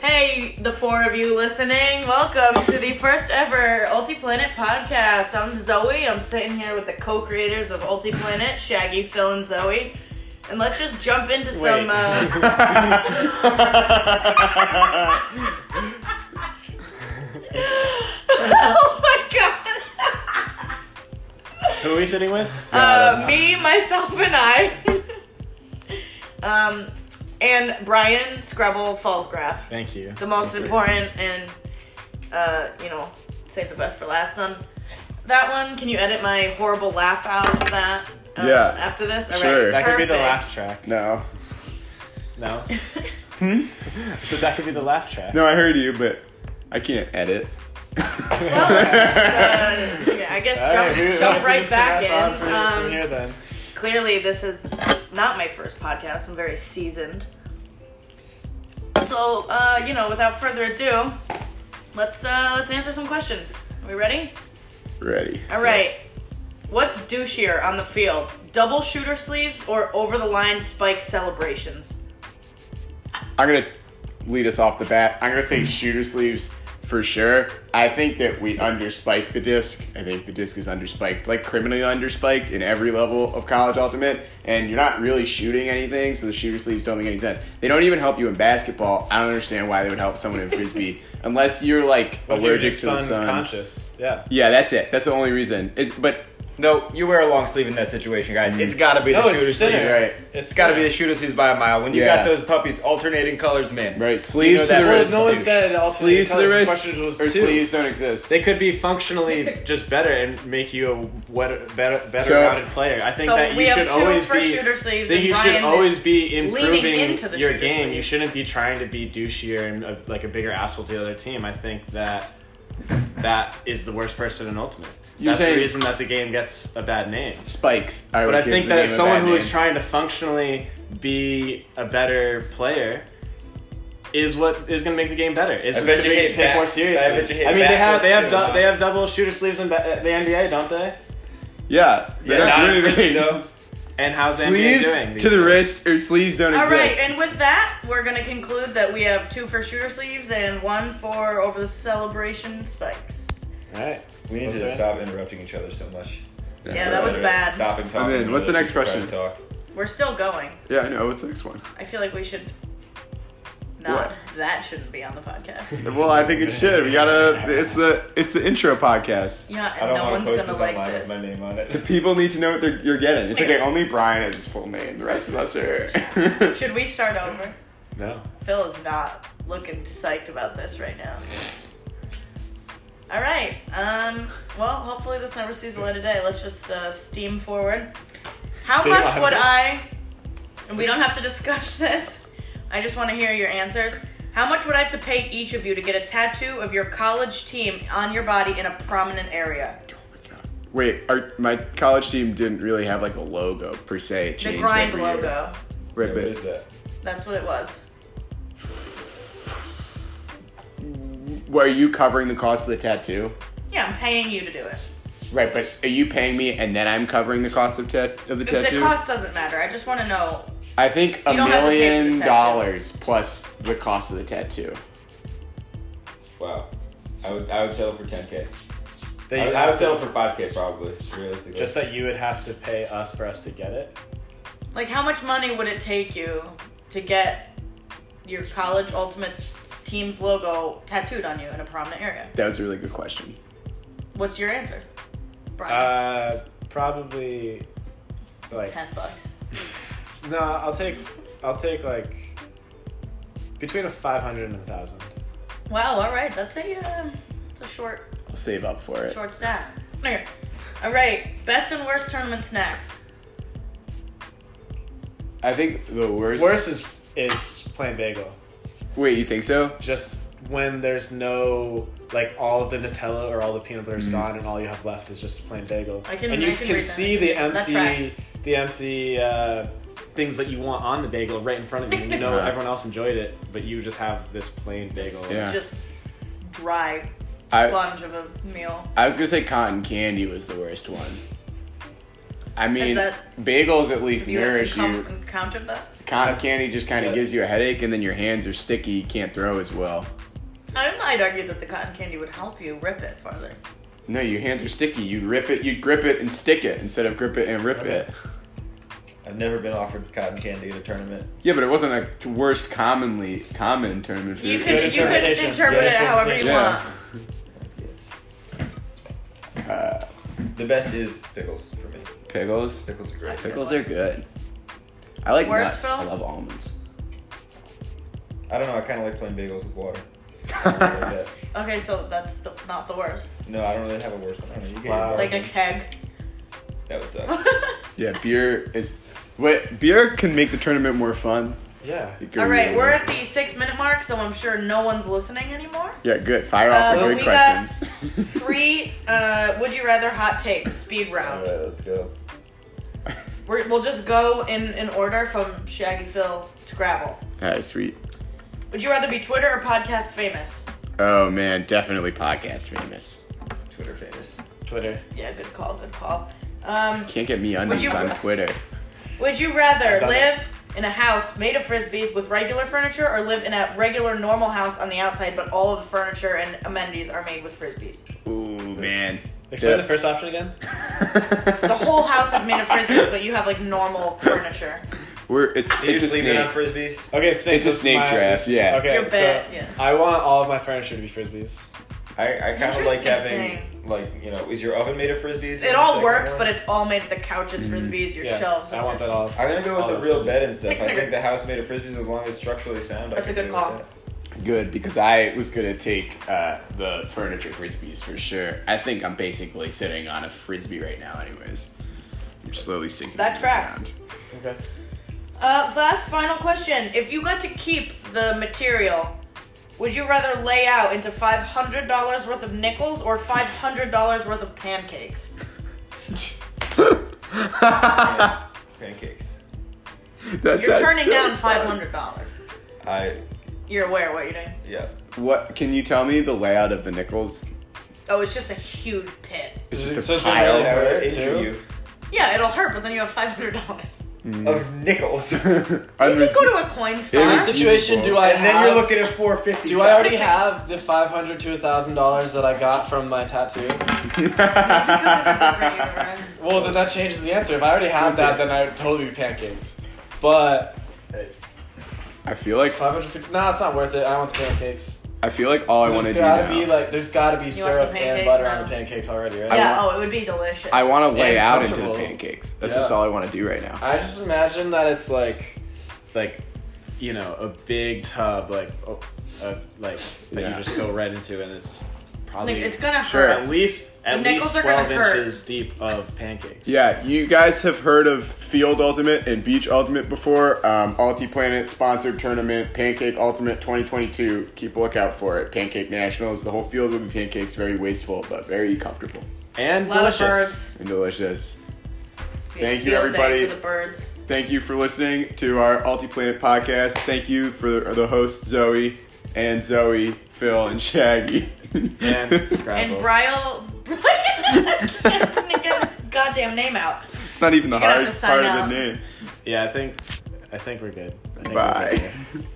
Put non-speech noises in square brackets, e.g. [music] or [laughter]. Hey, the four of you listening, welcome to the first ever Ulti Planet podcast. I'm Zoe. I'm sitting here with the co creators of Ulti Planet, Shaggy, Phil, and Zoe. And let's just jump into some. Wait. Uh, [laughs] oh my god! Who are we sitting with? Uh, me, myself, and I. [laughs] um, and Brian Screvel Fallsgraf. Thank you. the most important and uh, you know save the best for last on that one can you edit my horrible laugh out of that uh, Yeah. after this All Sure. That could be the perfect. laugh track. No. [laughs] No. hmm? So that could be the laugh track. No, I heard you, but I can't edit. Well, let's just, uh, yeah, i guess All jump, we- jump we right just back progress on from- from in um, here then. clearly this is not my first podcast i'm very seasoned so uh, you know without further ado let's uh, let's answer some questions are we ready Ready. All right. What's douchier on the field? Double shooter sleeves or over the line spike celebrations? I'm gonna lead us off the bat. I'm gonna say shooter sleeves for sure. I think that we underspiked the disc. I think the disc is underspiked, like criminally underspiked in every level of college ultimate. And you're not really shooting anything, so the shooter sleeves don't make any sense. They don't even help you in basketball. I don't understand why they would help someone in frisbee [laughs] unless you're like If you're allergic just to the sun sun. Conscious. Yeah. Yeah, that's it. That's the only reason. It's but No, you wear a long sleeve in that situation, guys. It's gotta be the No, it's shooter thinner. sleeves. sleeves, right. It's It's gotta be thinner. the shooter sleeves by a mile. When you Yeah. got those puppies alternating colors, man. right sleeves that to the rule Well, wrist. no one douche. said alternating Sleeves to the colors. wrist question was or two. sleeves don't exist. They could be functionally just better and make you a wet- better, better So- rounded player. I think So that we you have should two always for be. shooter sleeves That and you Brian should always is be leaning improving into the your shooter game. You sleeves. shouldn't be trying to be douchier and a, like a bigger asshole to the other team. I think that that is the worst person in ultimate. You're That's the saying- reason that the game gets a bad name. spikes. I But would I give think the that name a someone bad who is name. trying to functionally be a better player is what is going to make the game better. It's I just bet going to you make it hate take back- more I seriously. bet you hate I mean, they have they have backwards du- too, they huh? have double shooter sleeves in ba- uh, the NBA, don't they? yeah, Yeah, they don't not do really, anything. though. And how's the Sleeves NBA doing? these to the days? wrist or sleeves don't All right, exist. and with that, we're going to conclude that we have two for shooter sleeves and one for over the celebration spikes. All right, We need What's to that? stop interrupting each other so much. Yeah, that was Better bad. Stop and talk. I'm in. and What's the really next try question? to Talk. We're still going. yeah, I know. What's the next one? I feel like we should not. That shouldn't be on the podcast. [laughs] Well, I think it should. We gotta. It's the it's the intro podcast. You know, I don't no want one's going to to post this like online with this. my name on The it. people need to know what they're, you're getting. It's Wait. okay. Only Brian has his full name. The rest of us are. [laughs] Should we start over? no. Phil is not looking psyched about this right now. All right. Um, well, hopefully this never sees the light of day. Let's just uh, steam forward. How Steam much would onward. I? And we don't have to discuss [laughs] this. I just want to hear your answers. How much would I have to pay each of you to get a tattoo of your college team on your body in a prominent area? Wait, our, my college team didn't really have like a logo per se. It The changed grind every year. logo. [laughs] Right, What is but that? That's what it was. were you covering the cost of the tattoo? Yeah, I'm paying you to do it. Right, but are you paying me and then I'm covering the cost of tat of the The tattoo? cost doesn't matter. I just want to know I think a You don't have to pay for the million tattoo. dollars plus the cost of the tattoo. Wow. I would I would sell for 10k. That I you would, I would have sell to, for 5k probably. Realistically. just that you would have to pay us for us to get it. Like, how much money would it take you to get your college ultimate team's logo tattooed on you in a prominent area? That was a really good question. What's your answer, Brian? Uh, probably like Ten bucks. no. I'll take I'll take like between a five hundred and a thousand. Wow. All right. That's a uh, that's a short I'll save up for it. short snack. Okay. All right. Best and worst tournament snacks. I think the worst. Worse is is plain bagel. Wait, you think so? Just when there's no like all of the Nutella or all the peanut butter's gone and all you have left is just a plain bagel. I can- and you I s- can can, read that. see the That's empty right. the empty uh, things that you want on the bagel right in front of you. [laughs] and You know Yeah. everyone else enjoyed it, but you just have this plain bagel. Yeah. Just dry I- sponge of a meal. I was gonna say cotton candy was the worst one. I mean, that- bagels at least Have you nourish ever you. com- encountered that? Cotton candy just kind of Yes. gives you a headache, and then your hands are sticky. You can't throw as well. I might argue that the cotton candy would help you rip it farther. No, your hands are sticky. You'd rip it. You'd grip it and stick it instead of grip it and rip it. I've never been offered cotton candy at a tournament. Yeah, but it wasn't a t- worst commonly common tournament food. You Good could you could interpretation. interpret Yes, it however yes, you want. yes. Yes. uh, The best is pickles for me. pickles. Pickles are great. Pickles are good. I like Worst nuts. film? I love almonds. [laughs] I don't know. I kind of like plain bagels with [laughs] water. I don't really like that. Okay, so that's the, not the worst. no, I don't really have a worse one. I don't know. You get your Wow. dark Like a one. keg. [laughs] that would suck. All Yeah, beer is. Wait, beer can make the tournament more fun. Yeah. It can right, really- we're at the six minute mark, so I'm sure no one's listening anymore. Yeah, good. Fire Uh, off the good we got- questions. [laughs] Three, uh, would you rather hot takes speed All round? right, let's go. We're, we'll just go in in order from Shaggy Phil to Gravel. All right, sweet. Would you rather be Twitter or podcast famous? Oh man, definitely podcast famous. Twitter famous. Twitter. Yeah, good call, good call. Um, Can't get me undies you- on Twitter. Would you rather Got it. live in a house made of frisbees with regular furniture or live in a regular normal house on the outside but all of the furniture and amenities are made with frisbees? Ooh man. Explain the first option again. The whole house is made of frisbees but you have like normal furniture. [laughs] We're it's Do you it's a sleep in on snake. frisbees? Okay, snake. It's a that's snake my- dress, yeah. Okay, Your bed, so yeah. I want all of my furniture to be frisbees. I, I kind of like Interesting. having like you know, is your oven made of frisbees? It all works but it's all made of the couches, frisbees, your yeah, shelves. I want that all. I'm gonna go all with the real frisbees. bed and stuff. I Picnic. think the house made of frisbees, as long as it's structurally sound, I That's a can good deal with call. that. Good because I was gonna take uh, the furniture frisbees for sure. I think I'm basically sitting on a frisbee right now, anyways. I'm slowly sinking. That to the tracks. ground. Okay. Uh, last final question. If you got to keep the material, would you rather lay out into $500 worth of nickels or $500 worth of pancakes? Pancakes. That You're sounds turning so down fun. $500. I You're aware of what you're doing. yeah. What can you tell me the layout of the nickels? Oh, it's just a huge pit. It's So just a it's gonna pile. really I would hurt, injure too? you Yeah, it'll hurt, but then you have five hundred dollars. of nickels. [laughs] You Unre- can go to a coin It store. was- [laughs] What situation do I and then have? you're looking at 450. [laughs] do I already have the five hundred to thousand dollars that I got from my tattoo? This is a different universe. Well, then that changes the answer. If I already have that, then I would totally be pancakes. But [laughs] I feel like five hundred fifty. Nah, it's not worth it. I want the pancakes. I feel like all I want to There's do gotta now. be like, there's gotta be some syrup and pancakes butter now? on the pancakes already, right? Yeah. Oh, it would be delicious. I want to lay And out into the comfortable. pancakes. That's Yeah. just all I want to do right now. I just imagine that it's like, like, you know, a big tub, like, oh, uh, like that Yeah. you just go right into, and it's probably Like, it's gonna Sure. hurt. at least at The nickels are least gonna twelve hurt. inches deep of pancakes. Yeah, you guys have heard of Field Ultimate and Beach Ultimate before. Um, Planet sponsored tournament, Pancake Ultimate 2022. Keep a lookout for it. Pancake Nationals. The whole field will be pancakes. Very wasteful, but very comfortable and A lot of delicious. birds. and delicious. Be a Thank you, field day everybody. For the birds. Thank you for listening to our Planet podcast. Thank you for the host, Zoe, and Zoe, Phil, and Shaggy. [laughs] And it's And scrabble. Brian, Brian, [laughs] I can't get his goddamn name out. not even the You're gonna hard have to sign part of out. the name. yeah, I think I think we're good. I think we're Bye. good.